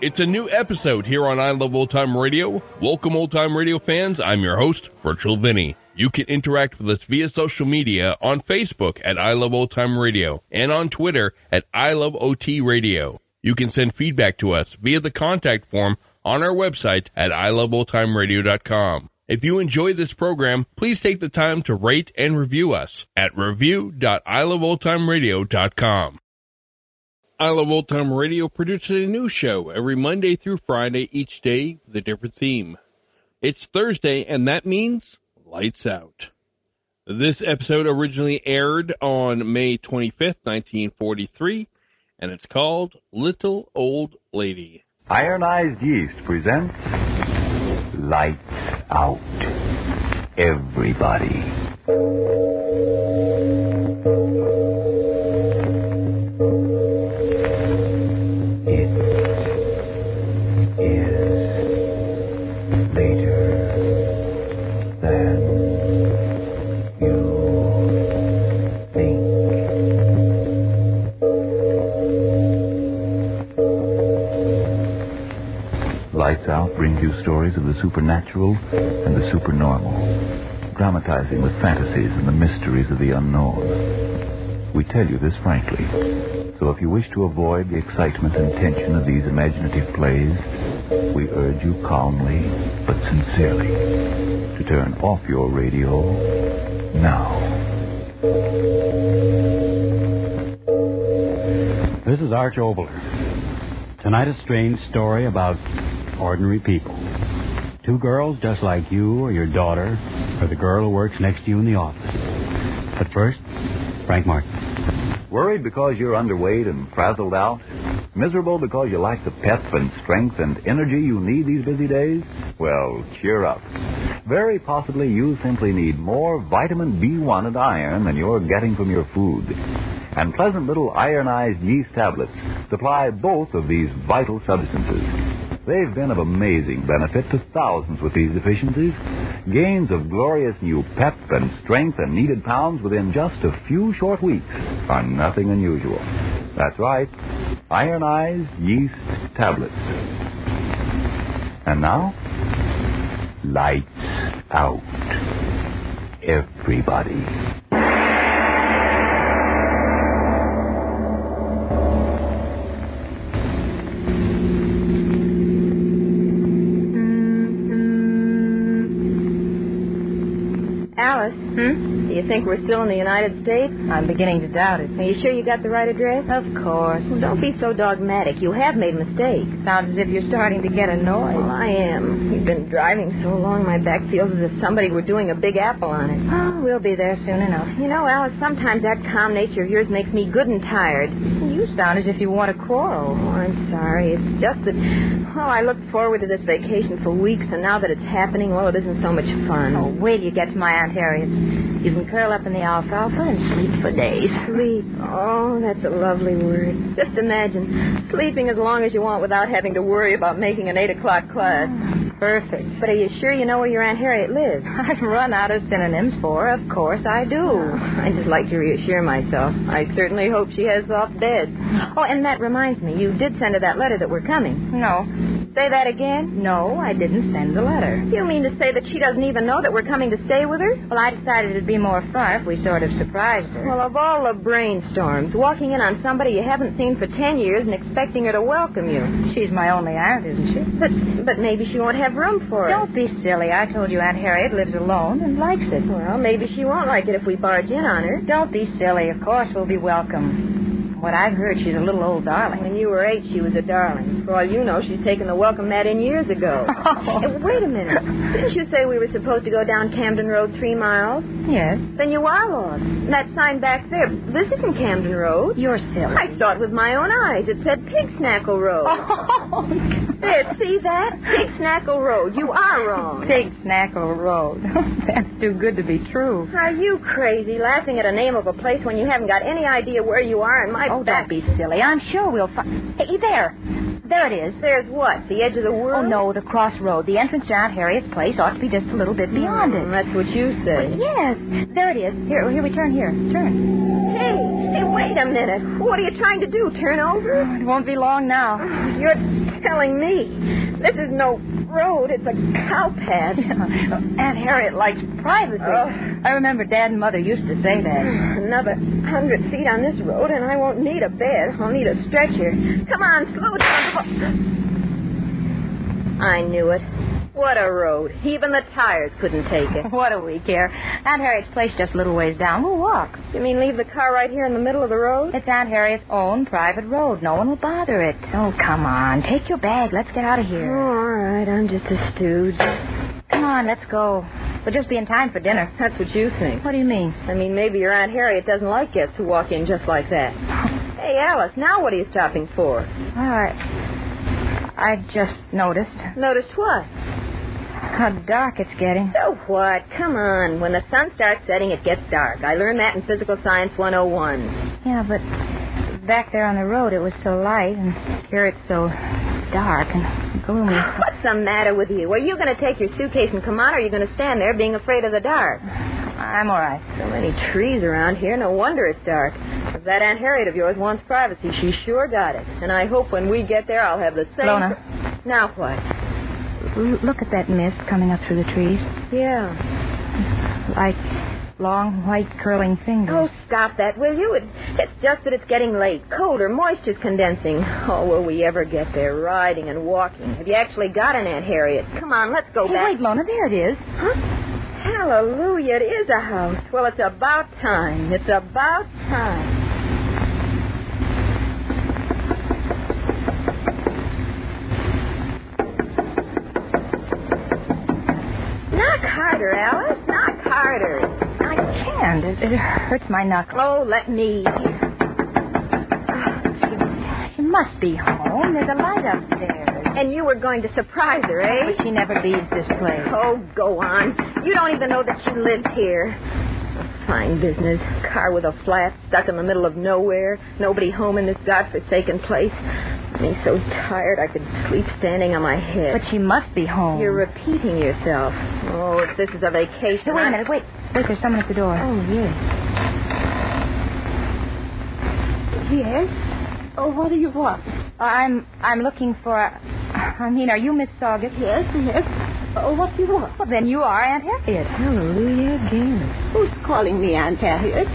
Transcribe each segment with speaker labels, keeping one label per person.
Speaker 1: It's a new episode here on I Love Old Time Radio. Welcome, Old Time Radio fans. I'm your host, Virtual Vinny. You can interact with us via social media on Facebook at I Love Old Time Radio and on Twitter at I Love OT Radio. You can send feedback to us via the contact form on our website at iloveoldtimeradio.com. If you enjoy this program, please take the time to rate and review us at review.iloveoldtimeradio.com. I Love Old Time Radio produces a new show every Monday through Friday, each day with a different theme. It's Thursday, and that means lights out. This episode originally aired on May 25th, 1943, and it's called Little Old Lady.
Speaker 2: Ironized Yeast presents Lights Out. Everybody. It is later than you think. Lights Out brings you stories of the supernatural and the supernormal, dramatizing the fantasies and the mysteries of the unknown. We tell you this frankly, so if you wish to avoid the excitement and tension of these imaginative plays, we urge you calmly but sincerely to turn off your radio now.
Speaker 3: This is Arch Obler. Tonight, a strange story about ordinary people. Two girls just like you or your daughter or the girl who works next to you in the office. But first, Frank Martin.
Speaker 2: Worried because you're underweight and frazzled out? Miserable because you lack the pep and strength and energy you need these busy days? Well, cheer up. Very possibly you simply need more vitamin B1 and iron than you're getting from your food. And pleasant little ironized yeast tablets supply both of these vital substances. They've been of amazing benefit to thousands with these deficiencies. Gains of glorious new pep and strength and needed pounds within just a few short weeks are nothing unusual. That's right, ironized yeast tablets. And now, lights out. Everybody.
Speaker 4: Alice. Hmm? Do you think we're still in the United States? I'm beginning to doubt it. Are you sure you got the right address? Of course. Well, don't be so dogmatic. You have made mistakes. Sounds as if you're starting to get annoyed. Well, I am. You've been driving so long, my back feels as if somebody were doing a big apple on it. Oh, we'll be there soon enough. You know, Alice, sometimes that calm nature of yours makes me good and tired. You sound as if you want to quarrel. Oh, I'm sorry. It's just that, well, I looked forward to this vacation for weeks, and now that it's happening, well, it isn't so much fun. Oh, wait till you get to my Aunt Harriet's. You can curl up in the alfalfa and sleep for days. Sleep. Oh, that's a lovely word. Just imagine sleeping as long as you want without having to worry about making an 8 o'clock class. Perfect. But are you sure you know where your Aunt Harriet lives? I've run out of synonyms for of course I do. I just like to reassure myself. I certainly hope she has soft beds. Oh, and that reminds me, you did send her that letter that we're coming. No. Say that again? No, I didn't send the letter. You mean to say that she doesn't even know that we're coming to stay with her? Well, I decided it'd be more fun if we sort of surprised her. Well, of all the brainstorms, walking in on somebody you haven't seen for ten years and expecting her to welcome you. She's my only aunt, isn't she? But but maybe she won't have room for us. Don't be silly. I told you Aunt Harriet lives alone and likes it. Well, maybe she won't like it if we barge in on her. Don't be silly. Of course we'll be welcome. what I've heard, she's a little old darling. When you were eight, she was a darling. For all you know, she's taken the welcome mat in years ago. Hey, wait a minute. Didn't you say we were supposed to go down Camden Road three miles?
Speaker 5: Yes.
Speaker 4: Then you are lost. And that sign back there, this isn't Camden Road.
Speaker 5: You're silly.
Speaker 4: I saw it with my own eyes. It said Pig Snackle Road.
Speaker 5: Oh,
Speaker 4: There, see that? Pig Snackle Road. You are wrong.
Speaker 5: Pig Snackle Road. That's too good to be true.
Speaker 4: Are you crazy laughing at a name of a place when you haven't got any idea where you are and my
Speaker 5: Oh,
Speaker 4: back?
Speaker 5: don't be silly. I'm sure we'll find. Hey, there. There it is.
Speaker 4: There's what? The edge of the
Speaker 5: Oh,
Speaker 4: world?
Speaker 5: no, the crossroad. The entrance to Aunt Harriet's place ought to be just a little bit beyond
Speaker 4: Mm,
Speaker 5: it.
Speaker 4: That's what you say.
Speaker 5: Yes, there it is. Here, here we turn here. Turn.
Speaker 4: Hey, hey, wait a minute. What are you trying to do? Turn over?
Speaker 5: Oh, It won't be long now.
Speaker 4: You're telling me this is no road. It's a cow path.
Speaker 5: Aunt Harriet likes privacy.
Speaker 4: Oh.
Speaker 5: I remember Dad and Mother used to say that.
Speaker 4: Another hundred feet on this road, and I won't need a bed. I'll need a stretcher. Come on, slow down. I knew it. What a road. Even the tires couldn't take it.
Speaker 5: What do we care? Aunt Harriet's place just a little ways down. We'll walk.
Speaker 4: You mean leave the car right here in the middle of the road?
Speaker 5: It's Aunt Harriet's own private road. No one will bother it. Oh, come on. Take your bag. Let's get out of
Speaker 4: Oh,
Speaker 5: here.
Speaker 4: all right, I'm just a stooge.
Speaker 5: Come on, let's go. We'll just be in time for dinner.
Speaker 4: That's what you think.
Speaker 5: What do you mean?
Speaker 4: I mean, maybe your Aunt Harriet doesn't like guests who walk in just like that. Hey, Alice, now what are you stopping for?
Speaker 5: All right. I just noticed
Speaker 4: Noticed what?
Speaker 5: how dark it's getting.
Speaker 4: So what? Come on. When the sun starts setting, it gets dark. I learned that in Physical Science 101.
Speaker 5: Yeah, but back there on the road it was so light, and here it's so dark and gloomy.
Speaker 4: What's the matter with you? Are you going to take your suitcase and come out, or are you going to stand there being afraid of the dark?
Speaker 5: I'm all right.
Speaker 4: So many trees around here, no wonder it's dark. If that Aunt Harriet of yours wants privacy, she sure got it. And I hope when we get there, I'll have the same.
Speaker 5: Lona.
Speaker 4: Now what?
Speaker 5: L- look at that mist coming up through the trees,
Speaker 4: Yeah.
Speaker 5: like long white curling
Speaker 4: Oh,
Speaker 5: fingers.
Speaker 4: stop that, will you? It, it's just that it's getting late. Colder, moisture's condensing. Oh, will we ever get there? Riding and walking. Have you actually got an Aunt Harriet? Come on, let's go
Speaker 5: hey,
Speaker 4: back.
Speaker 5: wait, Lona, there it is.
Speaker 4: Huh? Hallelujah, it is a house. Well, it's about time. It's about time. Knock harder, Alice. Knock harder.
Speaker 5: I can't. It, it hurts my knuckle.
Speaker 4: Oh, let me.
Speaker 5: Ah, She, she must be home. There's a light upstairs.
Speaker 4: And you were going to surprise her, eh?
Speaker 5: But she never leaves this place.
Speaker 4: Oh, go on. You don't even know that she lives here. Fine business. Car with a flat stuck in the middle of nowhere. Nobody home in this godforsaken place. Me so tired I could sleep standing on my head.
Speaker 5: But she must be home.
Speaker 4: you're repeating yourself. Oh, if this is a vacation.
Speaker 5: Hey, wait
Speaker 4: I-
Speaker 5: a minute. Wait. Wait, there's someone at the door.
Speaker 4: Oh, yes. Yes? Oh, what do you want?
Speaker 5: I'm I'm looking for. I mean, are you Miss Saugus?
Speaker 4: Yes, yes. Oh, what do you want?
Speaker 5: Well, then you are Aunt Harriet.
Speaker 4: Hallelujah again.
Speaker 6: Who's calling me Aunt Harriet?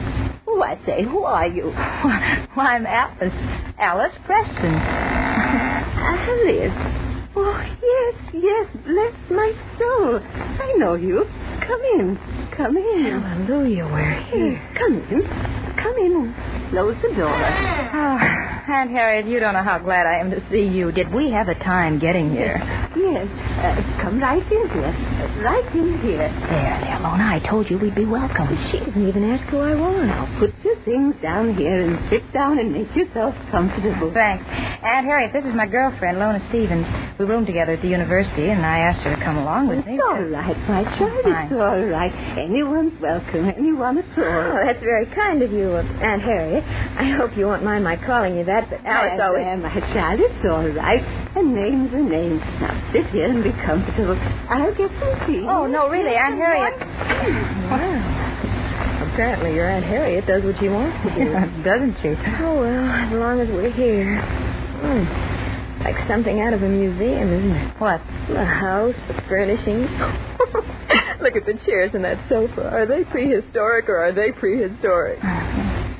Speaker 6: Oh, I say, who are you?
Speaker 5: Why, why, I'm Alice. Alice Preston.
Speaker 4: Ah,
Speaker 6: Alice. Oh, yes, yes, bless my soul. Oh, I know you. Come in. Come in.
Speaker 4: Hallelujah, we're here.
Speaker 6: Mm, Come in. Come in. Close the door.
Speaker 5: Oh, Aunt Harriet, you don't know how glad I am to see you. Did we have a time getting here?
Speaker 6: Yes. Uh, come right in here. Uh, Right in here.
Speaker 5: There, there, Lona. I told you we'd be welcome.
Speaker 4: She didn't even ask who I was.
Speaker 6: Put your things down here and sit down and make yourself comfortable.
Speaker 5: Thanks. Aunt Harriet, this is my girlfriend, Lona Stevens. We roomed together at the university, and I asked her to come along with
Speaker 6: It's
Speaker 5: me.
Speaker 6: all right, my child. It's
Speaker 5: Fine.
Speaker 6: all right. Anyone's welcome. Anyone at all.
Speaker 4: Oh, that's very kind of you, Aunt Harriet. I hope you won't mind my calling you that, but
Speaker 6: Yes,
Speaker 4: Alice always.
Speaker 6: there, my child, it's all right. A name's a name. Now sit here and be comfortable. I'll get some tea.
Speaker 5: Oh, no, really, Aunt Harriet.
Speaker 4: Apparently, your Aunt Harriet does what she wants to do.
Speaker 5: Doesn't she?
Speaker 4: oh, well, as long as we're here. Hmm. Like something out of a museum, isn't it?
Speaker 5: What?
Speaker 4: The house, the furnishings. Look at the chairs and that sofa. Are they prehistoric or are they prehistoric?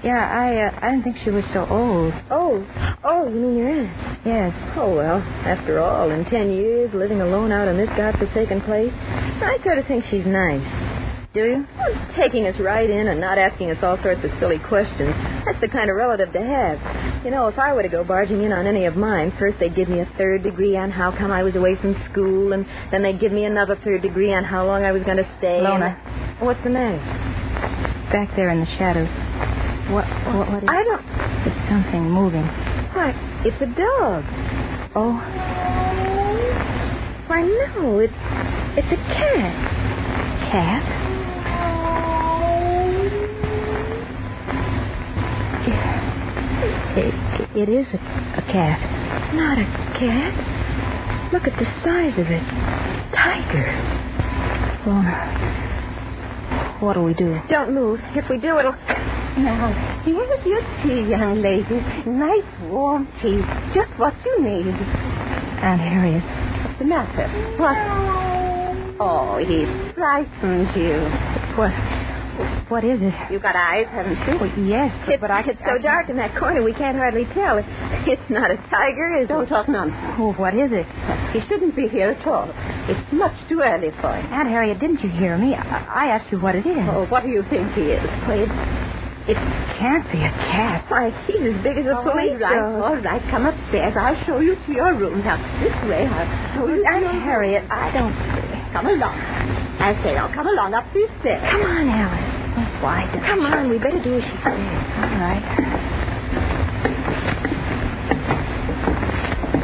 Speaker 5: Yeah, I uh, I didn't think she was so old.
Speaker 4: Oh, oh, you mean your aunt?
Speaker 5: Yes.
Speaker 4: Oh, well, after all, in ten years, living alone out in this godforsaken place, I sort of think she's nice.
Speaker 5: do you?
Speaker 4: Taking us right in and not asking us all sorts of silly questions. That's the kind of relative to have. You know, if I were to go barging in on any of mine, first they'd give me a third degree on how come I was away from school, and then they'd give me another third degree on how long I was going to stay. and-
Speaker 5: Lona.
Speaker 4: What's the matter?
Speaker 5: Back there in the shadows. What? What? what is
Speaker 4: I don't.
Speaker 5: It's something moving.
Speaker 4: Why, it's a dog.
Speaker 5: Oh,
Speaker 4: Why, no, it's it's a cat.
Speaker 5: cat. It, it, it is a, a cat.
Speaker 4: Not a cat. Look at the size of it. Tiger.
Speaker 5: Lona. What do we do?
Speaker 4: Don't move. If we do, it'll.
Speaker 6: Now, here's your tea, young lady. Nice warm tea. Just what you need.
Speaker 5: Aunt Harriet.
Speaker 6: What's the matter? What? Oh, he frightened you.
Speaker 5: What? What is it?
Speaker 6: You got eyes, haven't you?
Speaker 5: Well, yes, but,
Speaker 4: It,
Speaker 5: but I
Speaker 4: it's so dark in that corner we can't hardly tell. It, it's not a tiger, is
Speaker 6: Don't
Speaker 4: it?
Speaker 6: talk nonsense.
Speaker 5: Oh, what is it?
Speaker 6: He shouldn't be here at all. It's much too early for him.
Speaker 5: Aunt Harriet, didn't you hear me? I, I asked you what it is.
Speaker 6: Oh, what do you think he is?
Speaker 5: it, it can't be a cat. Oh,
Speaker 4: Why, he's as big as a
Speaker 6: All
Speaker 4: police
Speaker 6: right,
Speaker 4: dog.
Speaker 6: Oh, all right. Come upstairs. I'll show you to your room. Now, this way. I'll show you. to
Speaker 5: Aunt
Speaker 6: your room.
Speaker 5: Harriet, I don't.
Speaker 6: Come along. I say now, come along up these stairs.
Speaker 5: Come on, Alice. Why don't
Speaker 4: Come on, we better do as she says.
Speaker 5: All right.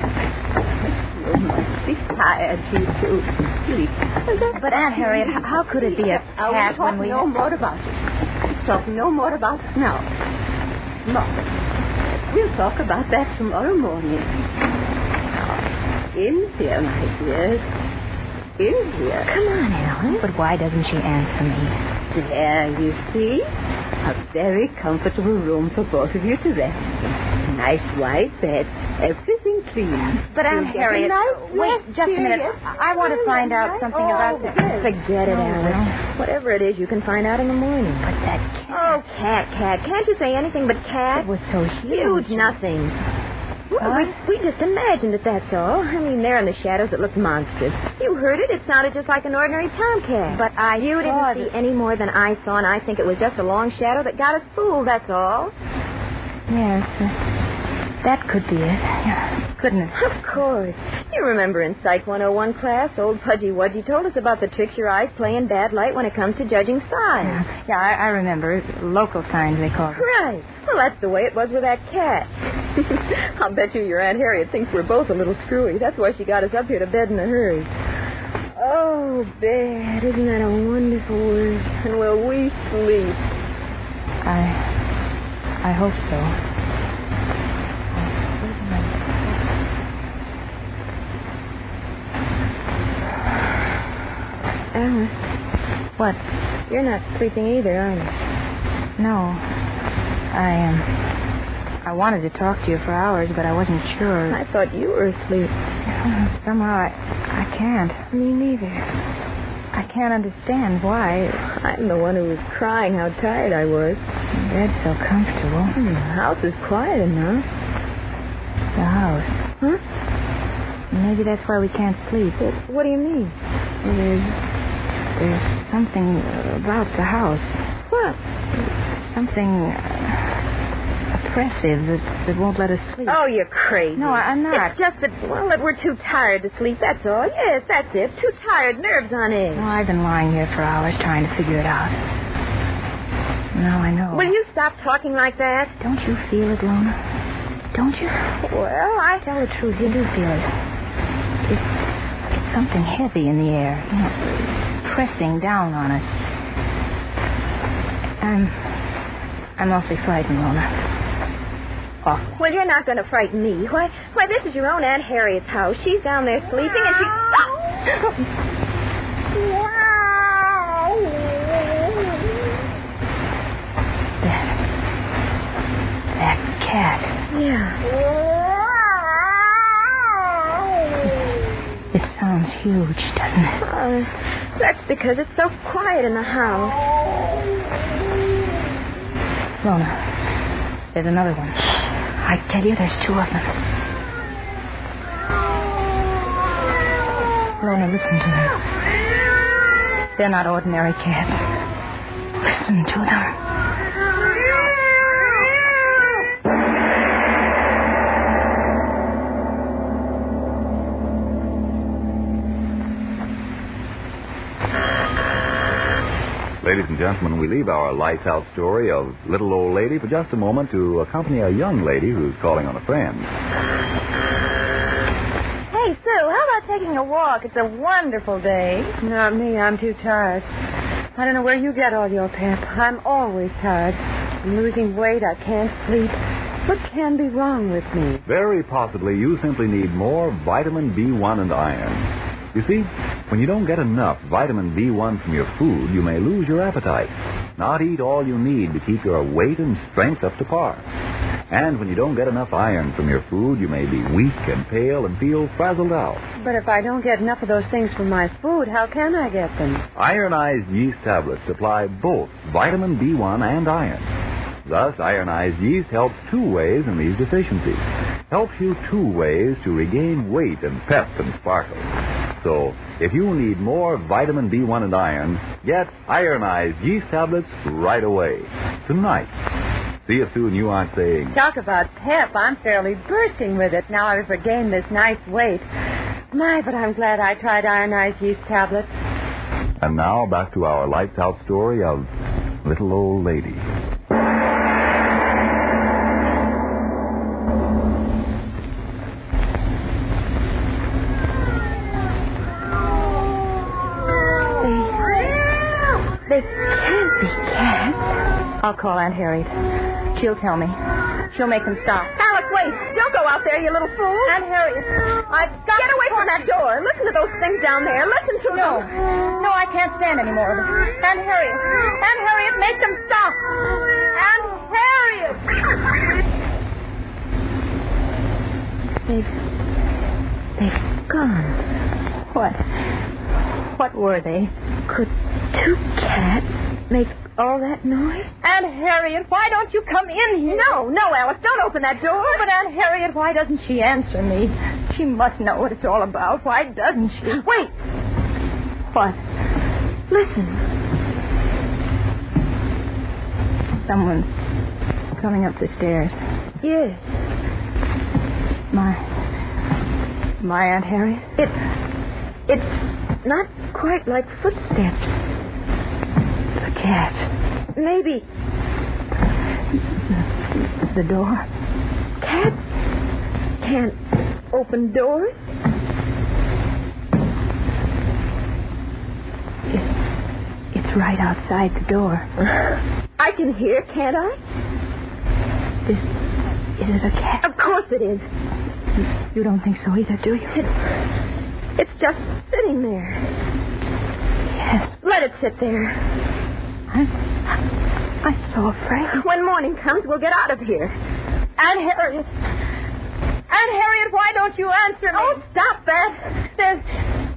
Speaker 6: You must be tired, you two. Sleep.
Speaker 5: But, Aunt Harriet, h- how could it be
Speaker 6: I
Speaker 5: a
Speaker 6: will
Speaker 5: cat
Speaker 6: talk
Speaker 5: when we.
Speaker 6: no more about it. Talk no more about it now. No. We'll talk about that tomorrow morning. In here, my dears. In here.
Speaker 5: Come on, Alice. But why doesn't she answer me?
Speaker 6: There, you see? A very comfortable room for both of you to rest in. Nice wide bed. Everything clean.
Speaker 5: But, Aunt
Speaker 6: You'll get a
Speaker 5: Harriet,
Speaker 6: nice
Speaker 5: wait
Speaker 6: rest
Speaker 5: just a
Speaker 6: here,
Speaker 5: minute.
Speaker 6: yes.
Speaker 5: I want to find out something
Speaker 6: Oh,
Speaker 5: about
Speaker 6: yes.
Speaker 5: Forget
Speaker 6: Oh,
Speaker 5: it, Alice.
Speaker 4: Whatever it is, you can find out in the morning.
Speaker 5: But that
Speaker 4: Oh, cat, cat. Can't you say anything but cat?
Speaker 5: cat was so
Speaker 4: Huge nothing. Well, we, we just imagined it, that's all. I mean, there in the shadows, it looked monstrous. You heard it. It sounded just like an ordinary tomcat.
Speaker 5: But I
Speaker 4: You
Speaker 5: saw
Speaker 4: didn't
Speaker 5: it.
Speaker 4: see any more than I saw, and I think it was just a long shadow that got us fooled, that's all.
Speaker 5: Yes, uh, that could be it. Yeah, Couldn't it?
Speaker 4: Of course. You remember in Psych 101 class, old Pudgy Wudgy told us about the tricks your eyes play in bad light when it comes to judging signs.
Speaker 5: Yeah, yeah I, I remember. It's Local signs, they called it.
Speaker 4: Right. Well, that's the way it was with that cat. I'll bet you your Aunt Harriet thinks we're both a little screwy. That's why she got us up here to bed in a hurry. Oh, bed, isn't that a wonderful word? And will we sleep?
Speaker 5: I, I hope so.
Speaker 4: Alice,
Speaker 5: What?
Speaker 4: Uh-huh. you're not sleeping either, are you?
Speaker 5: No. I, um... I wanted to talk to you for hours, but I wasn't sure.
Speaker 4: I thought you were asleep.
Speaker 5: Somehow I, I can't.
Speaker 4: Me neither.
Speaker 5: I can't understand why.
Speaker 4: I'm the one who was crying how tired I was.
Speaker 5: Bed's so comfortable.
Speaker 4: Hmm, The house is quiet enough.
Speaker 5: The house.
Speaker 4: Huh?
Speaker 5: Maybe that's why we can't sleep.
Speaker 4: What do you mean?
Speaker 5: There's, there's something about the house.
Speaker 4: What?
Speaker 5: Something uh, oppressive that, that won't let us sleep.
Speaker 4: Oh, you're crazy.
Speaker 5: No, I- I'm not.
Speaker 4: It's just that, well, that we're too tired to sleep, that's all. Yes, that's it. Too tired, nerves on edge.
Speaker 5: Well, I've been lying here for hours trying to figure it out. Now I know.
Speaker 4: Will you stop talking like that?
Speaker 5: Don't you feel it, Lona? Don't you?
Speaker 4: Well, I...
Speaker 5: Tell the truth. You do feel it. It's, it's something heavy in the air, you know, pressing down on us. I'm, I'm awfully frightened, Lona. Awfully.
Speaker 4: Well, you're not going to frighten me. Why, why, this is your own Aunt Harriet's house. She's down there sleeping, and she... Ah!
Speaker 5: That, that cat.
Speaker 4: yeah.
Speaker 5: It sounds huge, doesn't it?
Speaker 4: Uh, that's because it's so quiet in the house.
Speaker 5: Lona, there's another one. I tell you, there's two of them. Lona, listen to them. They're not ordinary cats. Listen to them.
Speaker 2: Ladies and gentlemen, we leave our lights out story of Little Old Lady for just a moment to accompany a young lady who's calling on a friend.
Speaker 4: Hey, Sue, how about taking a walk? It's a wonderful day.
Speaker 6: Not me. I'm too tired. I don't know where you get all your pep. I'm always tired. I'm losing weight. I can't sleep. What can be wrong with me?
Speaker 2: Very possibly you simply need more vitamin B1 and iron. You see, when you don't get enough vitamin B1 from your food, you may lose your appetite, not eat all you need to keep your weight and strength up to par. And when you don't get enough iron from your food, you may be weak and pale and feel frazzled out.
Speaker 6: But if I don't get enough of those things from my food, how can I get them?
Speaker 2: Ironized yeast tablets supply both vitamin B1 and iron. Thus, ironized yeast helps two ways in these deficiencies. Helps you two ways to regain weight and pep and sparkle. So, if you need more vitamin B1 and iron, get ironized yeast tablets right away. Tonight. See if soon you aren't saying,
Speaker 6: Talk about pep. I'm fairly bursting with it now I've regained this nice weight. My, but I'm glad I tried ironized yeast tablets.
Speaker 2: and now back to our lights out story of Little Old Lady.
Speaker 5: They, they can't be cats. I'll call Aunt Harriet. She'll tell me. She'll make them stop.
Speaker 4: Alex, wait. Don't go out there, you little fool. Aunt Harriet, I've got Get away from that door. Listen to those things down there. Listen to
Speaker 5: No.
Speaker 4: them.
Speaker 5: No, I can't stand any more of it. Aunt Harriet. Aunt Harriet, make them stop. Aunt Harriet. They've. They've gone. What? What were they? Could two cats make all that noise? Aunt Harriet, why don't you come in here? No, no, Alice, don't open that door. But Aunt Harriet, why doesn't she answer me? She must know what it's all about. Why doesn't she? Wait. What? Listen. Someone's coming up the stairs. Yes. My. My Aunt Harriet? It. It's not quite like footsteps. The cat. Maybe. The door. Cat can't open doors. It's right outside the door.
Speaker 4: I can hear, can't I?
Speaker 5: Is, is it a cat?
Speaker 4: Of course it is.
Speaker 5: You don't think so either, do you?
Speaker 4: It's just sitting there.
Speaker 5: yes.
Speaker 4: Let it sit there.
Speaker 5: I'm, I'm so afraid.
Speaker 4: When morning comes, we'll get out of here.
Speaker 5: Aunt Harriet. Aunt Harriet, why don't you answer me?
Speaker 4: Oh, stop that.
Speaker 5: There's,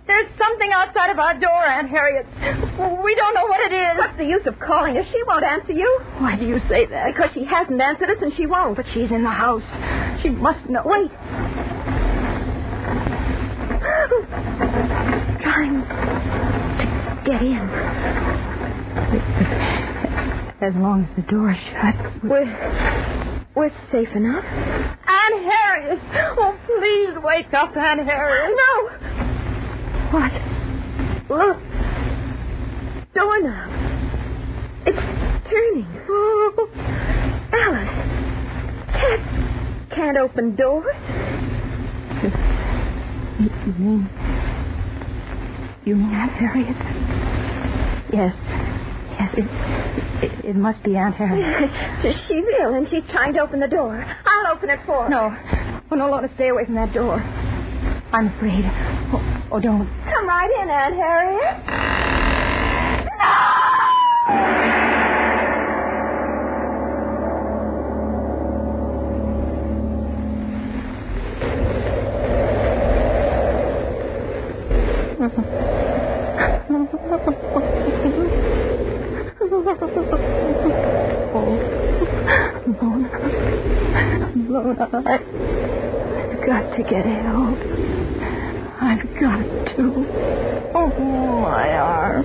Speaker 5: there's something outside of our door, Aunt Harriet. We don't know what it is.
Speaker 4: What's the use of calling her? She won't answer you.
Speaker 5: Why do you say that?
Speaker 4: Because she hasn't answered us and she won't.
Speaker 5: But she's in the house. She must know. Wait. Trying to get in. As long as the door is shut. We're, we're safe enough. Anne Harriet! Oh, please wake up, Anne Harriet. No! What?
Speaker 4: Look. Doorknob. It's turning. Oh. Alice. Cat can't open doors.
Speaker 5: You mean. You mean Aunt Harriet? Yes. Yes, it, it, it must be Aunt Harriet.
Speaker 4: She's ill and she's trying to open the door. I'll open it for her.
Speaker 5: No. Oh, no, Lola, stay away from that door. I'm afraid. Oh, oh don't.
Speaker 4: Come right in, Aunt Harriet.
Speaker 5: Lola, I- I've got to get help. I've got to. Oh, my arm.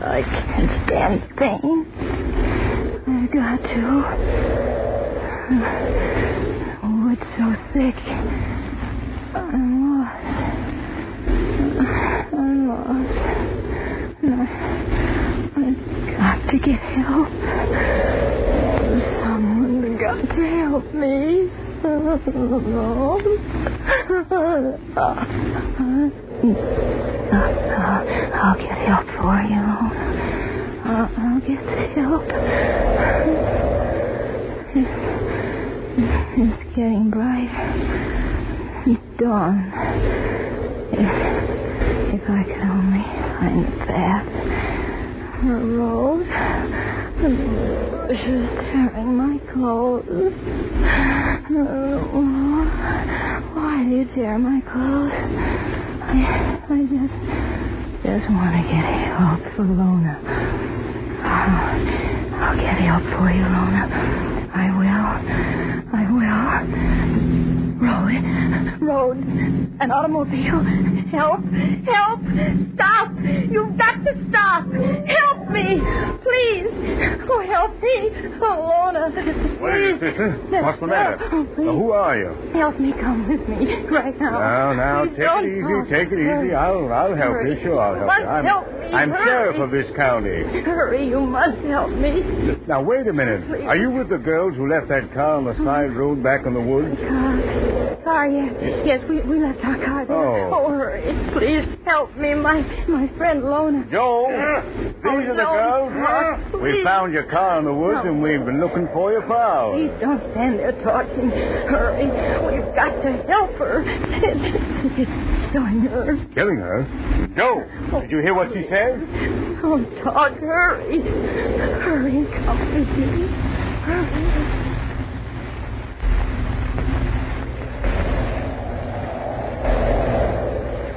Speaker 5: I can't stand pain. I got to. Oh, it's so thick. I'm lost. I'm lost. And I- I've got to get help. Someone's got to help me. I'll, I'll get help for you. I'll, I'll get help. It's, it's getting bright. It's dawn. If, if I could only find a path, a road. I'm just tearing my clothes. Oh, why do you tear my clothes? I, I just, just want to get help for Lona. I'll, I'll get help for you, Lona. I will. I will. Road, road, an automobile. Help, help, stop. You've got to stop. Help me, please. Oh, help me, oh, Lona.
Speaker 2: Wait, sister. What's the matter?
Speaker 5: Oh, please.
Speaker 2: Now, who are you?
Speaker 5: Help me come with me right now.
Speaker 2: Now, now,
Speaker 5: Please
Speaker 2: take it
Speaker 5: don't
Speaker 2: easy.
Speaker 5: go.
Speaker 2: Take it easy.
Speaker 5: Hurry.
Speaker 2: I'll, I'll help
Speaker 5: Hurry.
Speaker 2: you. Sure, I'll help
Speaker 5: Must
Speaker 2: you. I'm,
Speaker 5: help me.
Speaker 2: I'm
Speaker 5: Hurry.
Speaker 2: sheriff of this county.
Speaker 5: Hurry, you must help me.
Speaker 2: Now, wait a minute.
Speaker 5: Please.
Speaker 2: Are you with the girls who left that car on the side road back in the woods?
Speaker 5: Car. Car, yes. Yes, we, we left our car there.
Speaker 2: Oh.
Speaker 5: hurry. Please help me. My my friend Lona.
Speaker 2: Joe, these
Speaker 5: Oh,
Speaker 2: are the
Speaker 5: don't
Speaker 2: girls.
Speaker 5: talk.
Speaker 2: We
Speaker 5: Please.
Speaker 2: found your car in the woods,
Speaker 5: No.
Speaker 2: and we've been looking for you for hours.
Speaker 5: Please don't stand there talking. Hurry. We've got to help her. It's, it's going nerves.
Speaker 2: Killing her? Joe, did you hear what she said?
Speaker 5: Oh, Todd, hurry. Hurry and come with me. Hurry.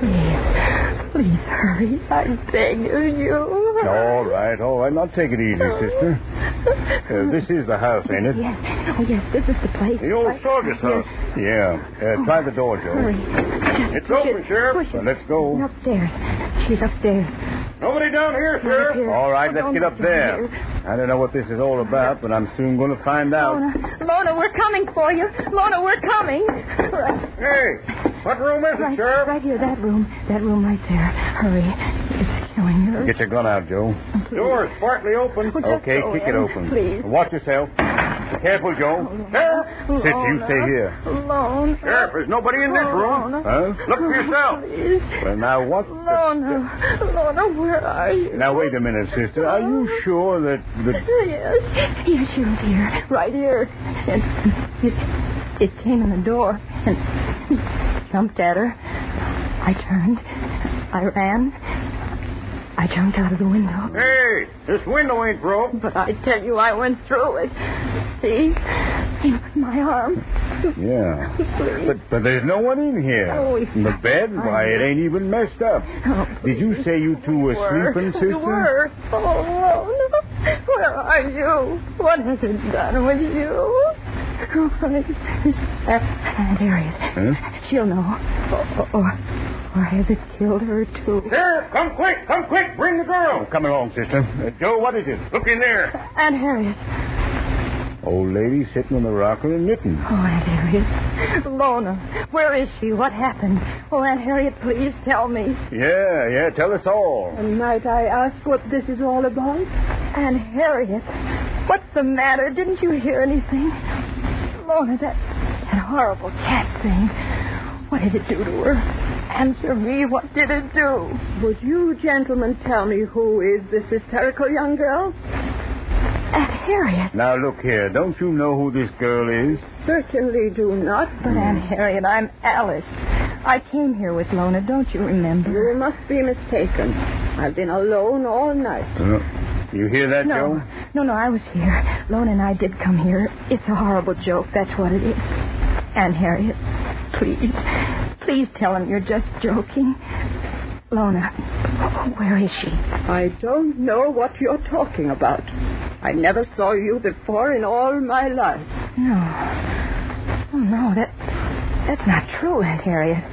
Speaker 5: Please, please hurry. I beg of you.
Speaker 2: All right, all right. Now, take it easy, sister. Uh, this is the house, ain't it?
Speaker 5: Yes, oh, yes, this is the place.
Speaker 2: The old
Speaker 5: Right.
Speaker 2: Fergus house. Yeah. Uh, try the door, Joe.
Speaker 5: Hurry. Just
Speaker 2: It's
Speaker 5: push
Speaker 2: open,
Speaker 5: it.
Speaker 2: Sheriff.
Speaker 5: Push it.
Speaker 2: Well, let's go.
Speaker 5: She's upstairs. She's upstairs.
Speaker 2: Nobody down here,
Speaker 5: Not up here.
Speaker 2: All right,
Speaker 5: Oh,
Speaker 2: let's
Speaker 5: don't
Speaker 2: get up
Speaker 5: mention
Speaker 2: there. I don't know what this is all about, but I'm soon going to find out.
Speaker 5: Lona, Lona, we're coming for you. Lona, we're coming. Right.
Speaker 2: Hey, what room is
Speaker 5: Right, right here, that room. That room right there. Hurry. It's killing her.
Speaker 2: Get your gun out, Joe. Door is partly open.
Speaker 5: just
Speaker 2: okay,
Speaker 5: go
Speaker 2: kick
Speaker 5: in,
Speaker 2: it open.
Speaker 5: please. Oh,
Speaker 2: Watch yourself. Be careful, Joe. Sheriff,
Speaker 5: Lona,
Speaker 2: sit you stay here.
Speaker 5: Lona.
Speaker 2: there's nobody in
Speaker 5: Oh,
Speaker 2: this room. Huh? Look for yourself.
Speaker 5: Please.
Speaker 2: Well, now what? The...
Speaker 5: Lona. Lona, where are you?
Speaker 2: Now wait a minute, sister. Are you sure that the
Speaker 5: Yes. Yes, she was here. Right here. And it, it came in the door and jumped at her. I turned. I ran. I jumped out of the window.
Speaker 2: Hey, this window ain't broke.
Speaker 5: But I tell you, I went through it. See? See my arm.
Speaker 2: Yeah.
Speaker 5: Please.
Speaker 2: But but there's no one in here.
Speaker 5: Oh, we-
Speaker 2: the bed, why it ain't even messed up.
Speaker 5: Oh,
Speaker 2: Did you say you two were,
Speaker 5: were.
Speaker 2: sleeping,
Speaker 5: You
Speaker 2: sister?
Speaker 5: were. Oh, Lona. Where are you? What has it done with you? Aunt Harriet.
Speaker 2: Huh?
Speaker 5: She'll know. Or, or, or has it killed her, too?
Speaker 2: There, come quick, come quick, bring the girl. Oh, come along, sister. Uh, Joe, what is it? Look in there.
Speaker 5: Aunt Harriet.
Speaker 2: Old lady sitting on the rocker and knitting.
Speaker 5: Oh, Aunt Harriet. Lona, where is she? What happened? Oh, Aunt Harriet, please tell me.
Speaker 2: Yeah, yeah, tell us all.
Speaker 7: And might I ask what this is all about?
Speaker 5: Aunt Harriet, what's the matter? Didn't you hear anything? Lona, that, that horrible cat thing. What did it do to her? Answer me, what did it do?
Speaker 7: Would you gentlemen tell me who is this hysterical young girl?
Speaker 5: Aunt Harriet.
Speaker 2: Now look here, don't you know who this girl is?
Speaker 7: Certainly do not.
Speaker 5: But Aunt Harriet, I'm Alice. I came here with Lona, don't you remember?
Speaker 7: You must be mistaken. I've been alone all night.
Speaker 2: Uh, you hear that,
Speaker 5: No,
Speaker 2: Joe?
Speaker 5: no, no, I was here. Lona and I did come here. It's a horrible joke, that's what it is. Aunt Harriet, please, please tell him you're just joking. Lona, where is she?
Speaker 7: I don't know what you're talking about. I never saw you before in all my life.
Speaker 5: No. Oh, no, that that's not true, Aunt Harriet.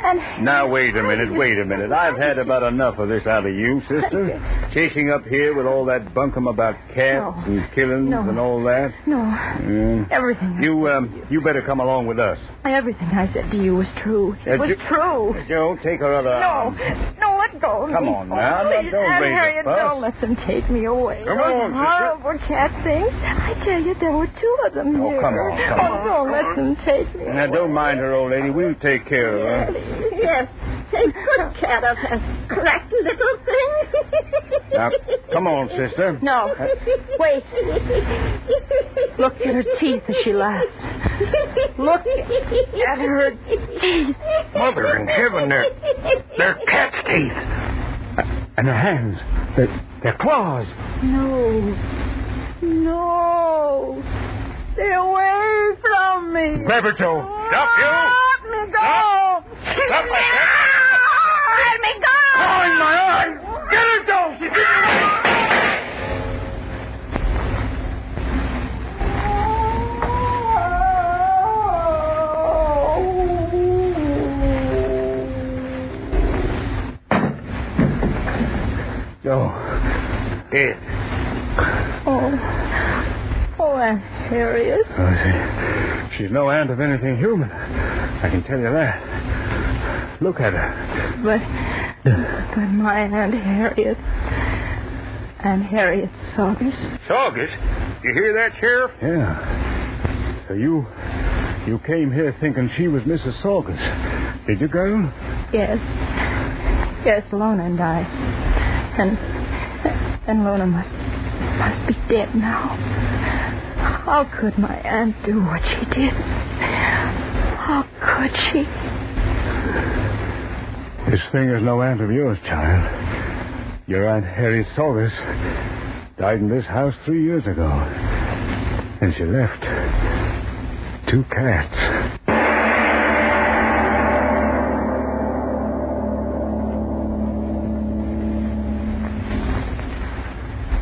Speaker 5: And
Speaker 8: Now, wait a minute, wait a minute. I've had about enough of this out of you, sister. Chasing up here with all that bunkum about cats
Speaker 5: No.
Speaker 8: and killings
Speaker 5: No.
Speaker 8: and all that.
Speaker 5: no,
Speaker 8: Mm.
Speaker 5: everything,
Speaker 8: You, um, you better come along with us.
Speaker 5: everything I said to you was true. It
Speaker 8: Uh,
Speaker 5: was
Speaker 8: ju-
Speaker 5: true.
Speaker 8: Joe, take her other
Speaker 5: No,
Speaker 8: arm.
Speaker 5: no, let go. of
Speaker 8: Come
Speaker 5: me.
Speaker 8: on now,
Speaker 5: Oh,
Speaker 8: now,
Speaker 5: please,
Speaker 8: don't
Speaker 5: Aunt
Speaker 8: raise a
Speaker 5: Harriet,
Speaker 8: fuss.
Speaker 5: don't let them take me away.
Speaker 8: Come
Speaker 5: Those
Speaker 8: on, sister.
Speaker 5: horrible cat things. I tell you, there were two of them
Speaker 8: Oh,
Speaker 5: here.
Speaker 8: come on, come
Speaker 5: oh, don't let them take me.
Speaker 8: Now, don't mind her, old lady. We'll take care of her.
Speaker 4: Yes, take good care of her, cracked little thing.
Speaker 8: Now, come on, sister.
Speaker 4: No, wait.
Speaker 5: Look at her teeth as she laughs. Look at her teeth.
Speaker 8: Mother in heaven, they're, they're cat's teeth. And their hands. Their, their claws.
Speaker 5: No. No. Stay away from me.
Speaker 8: Grab her, Joe. Stop, you.
Speaker 5: Let me go.
Speaker 8: Stop her.
Speaker 5: Let me go.
Speaker 8: Oh, in my arms. Get her, Joe. She's getting away. Joe. Dead.
Speaker 5: Oh, Aunt Harriet.
Speaker 8: Oh, she, she's no aunt of anything human. I can tell you that. Look at her.
Speaker 5: But, but my Aunt Harriet. Aunt Harriet Saunders.
Speaker 8: Saugus? You hear that, Sheriff? Yeah. So you. You came here thinking she was Mrs. Saugus. Did you, girl?
Speaker 5: Yes. Yes, Lona and I. And and Lona must must be dead now. How could my aunt do what she did? How could she?
Speaker 8: This thing is no aunt of yours, child. Your Aunt Harriet Saugus died in this house three years ago. And she left two cats.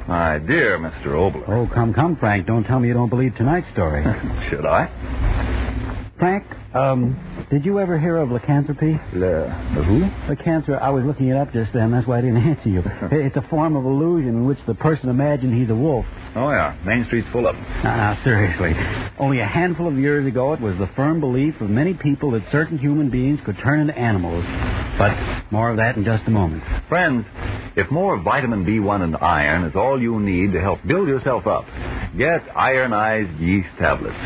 Speaker 2: My dear Mr. Obler.
Speaker 3: Oh, come, come, Frank. Don't tell me you don't believe tonight's story.
Speaker 2: Should I?
Speaker 3: Frank, um, did you ever hear of lycanthropy?
Speaker 2: Le, who?
Speaker 3: Lycanthropy, I was looking it up just then. That's why I didn't answer you. It's a form of illusion in which the person imagines he's a wolf.
Speaker 2: Oh, yeah. Main Street's full of them.
Speaker 3: Now, now, seriously. Only a handful of years ago, it was the firm belief of many people that certain human beings could turn into animals. But more of that in just a moment.
Speaker 2: Friends, if more vitamin B1 and iron is all you need to help build yourself up, get ironized yeast tablets.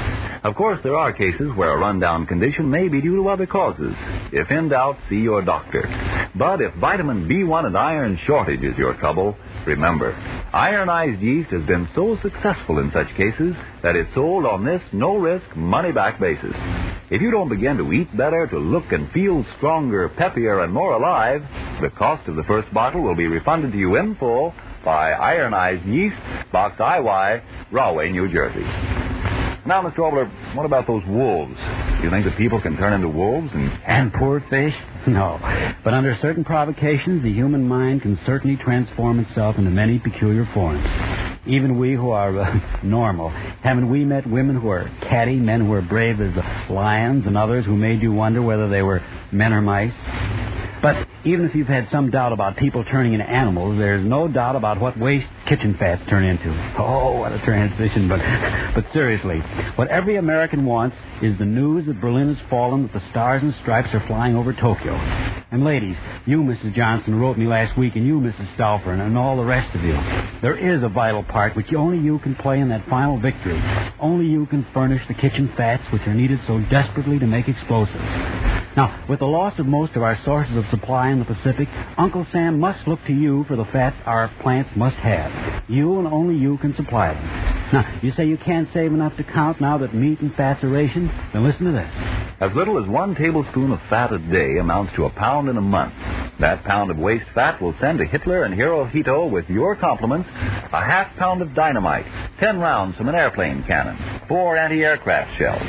Speaker 2: Of course, there are cases where a rundown condition may be due to other causes. If in doubt, see your doctor. But if vitamin B1 and iron shortage is your trouble, remember, ironized yeast has been so successful in such cases that it's sold on this no-risk, money-back basis. If you don't begin to eat better, to look and feel stronger, peppier, and more alive, the cost of the first bottle will be refunded to you in full by Ironized Yeast, Box IY, Rahway, New Jersey. Now, Mr. Obler, what about those wolves? Do you think that people can turn into wolves? And
Speaker 3: And poor fish? No. But under certain provocations, the human mind can certainly transform itself into many peculiar forms. Even we who are uh, normal, haven't we met women who are catty, men who are brave as lions, and others who made you wonder whether they were men or mice? But even if you've had some doubt about people turning into animals, there's no doubt about what waste kitchen fats turn into. Oh, what a transition! But, but seriously, what every American wants is the news that Berlin has fallen, that the stars and stripes are flying over Tokyo. And ladies, you, Mrs. Johnson, wrote me last week, and you, Mrs. Stauffer, and, and all the rest of you. There is a vital part which only you can play in that final victory. Only you can furnish the kitchen fats which are needed so desperately to make explosives. Now, with the loss of most of our sources of supply in the Pacific, Uncle Sam must look to you for the fats our plants must have. You and only you can supply them. Now, you say you can't save enough to count now that meat and fats are rationed? Then listen to this.
Speaker 2: As little as one tablespoon of fat a day amounts to a pound in a month. That pound of waste fat will send to Hitler and Hirohito, with your compliments, a half pound of dynamite, ten rounds from an airplane cannon, four anti aircraft shells.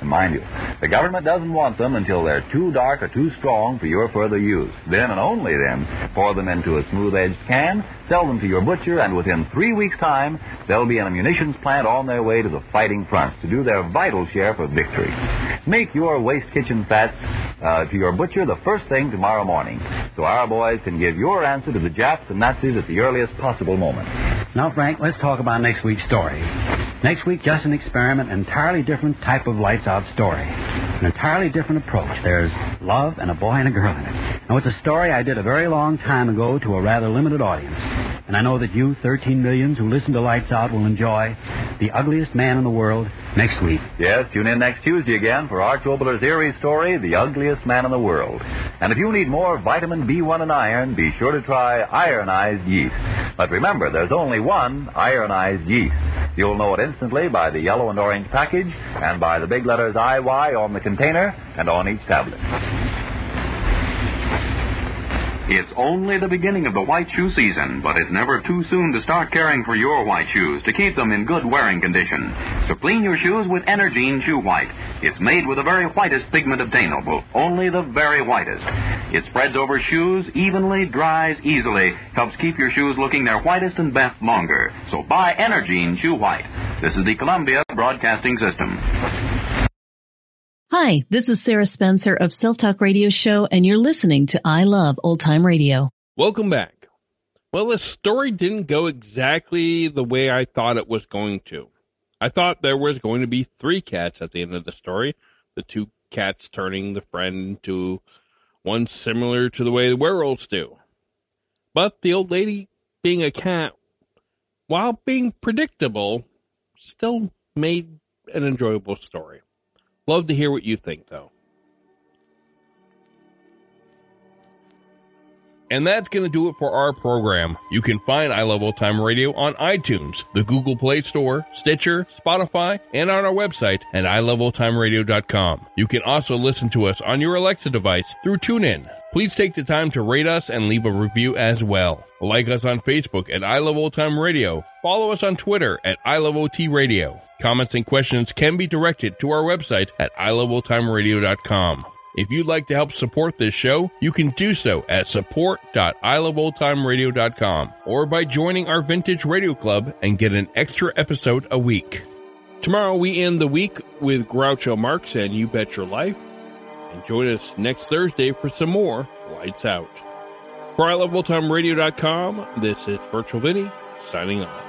Speaker 2: And mind you, the government doesn't want them until they're too dark or too strong for your further use. Then and only then, pour them into a smooth edged can, sell them to your butcher, and within three weeks' time, they'll be in a munitions plant on their way to the fighting fronts to do their vital share for victory. Make your waste kitchen fats uh, to your butcher the first thing tomorrow morning so our boys can give your answer to the Japs and Nazis at the earliest possible moment.
Speaker 3: Now, Frank, let's talk about next week's story. Next week, just an experiment, entirely different type of lights out story. An entirely different approach. There's love and a boy and a girl in it. Now, it's a story I did a very long time ago to a rather limited audience. And I know that you, 13 millions who listen to Lights Out, will enjoy The Ugliest Man in the World next week.
Speaker 2: Yes, tune in next Tuesday again for Arch Obler's eerie story, The Ugliest Man in the World. And if you need more vitamin B1 and iron, be sure to try ironized yeast. But remember, there's only one ironized yeast. You'll know it instantly by the yellow and orange package and by the big letters IY on the container and on each tablet.
Speaker 9: It's only the beginning of the white shoe season, but it's never too soon to start caring for your white shoes to keep them in good wearing condition. So clean your shoes with Energine Shoe White. It's made with the very whitest pigment obtainable, only the very whitest. It spreads over shoes evenly, dries easily, helps keep your shoes looking their whitest and best longer. So buy Energine Shoe White. This is the Columbia Broadcasting System.
Speaker 10: Hi, this is Sarah Spencer of Self Talk Radio Show, and you're listening to I Love Old Time Radio.
Speaker 1: Welcome back. Well, the story didn't go exactly the way I thought it was going to. I thought there was going to be three cats at the end of the story, the two cats turning the friend into one similar to the way the werewolves do. But the old lady being a cat, while being predictable, still made an enjoyable story. Love to hear what you think, though. And that's going to do it for our program. You can find I Love Old Time Radio on iTunes, the Google Play Store, Stitcher, Spotify, and on our website at iloveoldtimeradio.com. You can also listen to us on your Alexa device through TuneIn. Please take the time to rate us and leave a review as well. Like us on Facebook at I Love Old Time Radio. Follow us on Twitter at I Love OT Radio. Comments and questions can be directed to our website at iloveoldtimeradio.com. If you'd like to help support this show, you can do so at support.iloveoldtimeradio.com or by joining our Vintage Radio Club and get an extra episode a week. Tomorrow we end the week with Groucho Marx and You Bet Your Life. And join us next Thursday for some more Lights Out. For iloveoldtimeradio.com, this is Virtual Vinny signing off.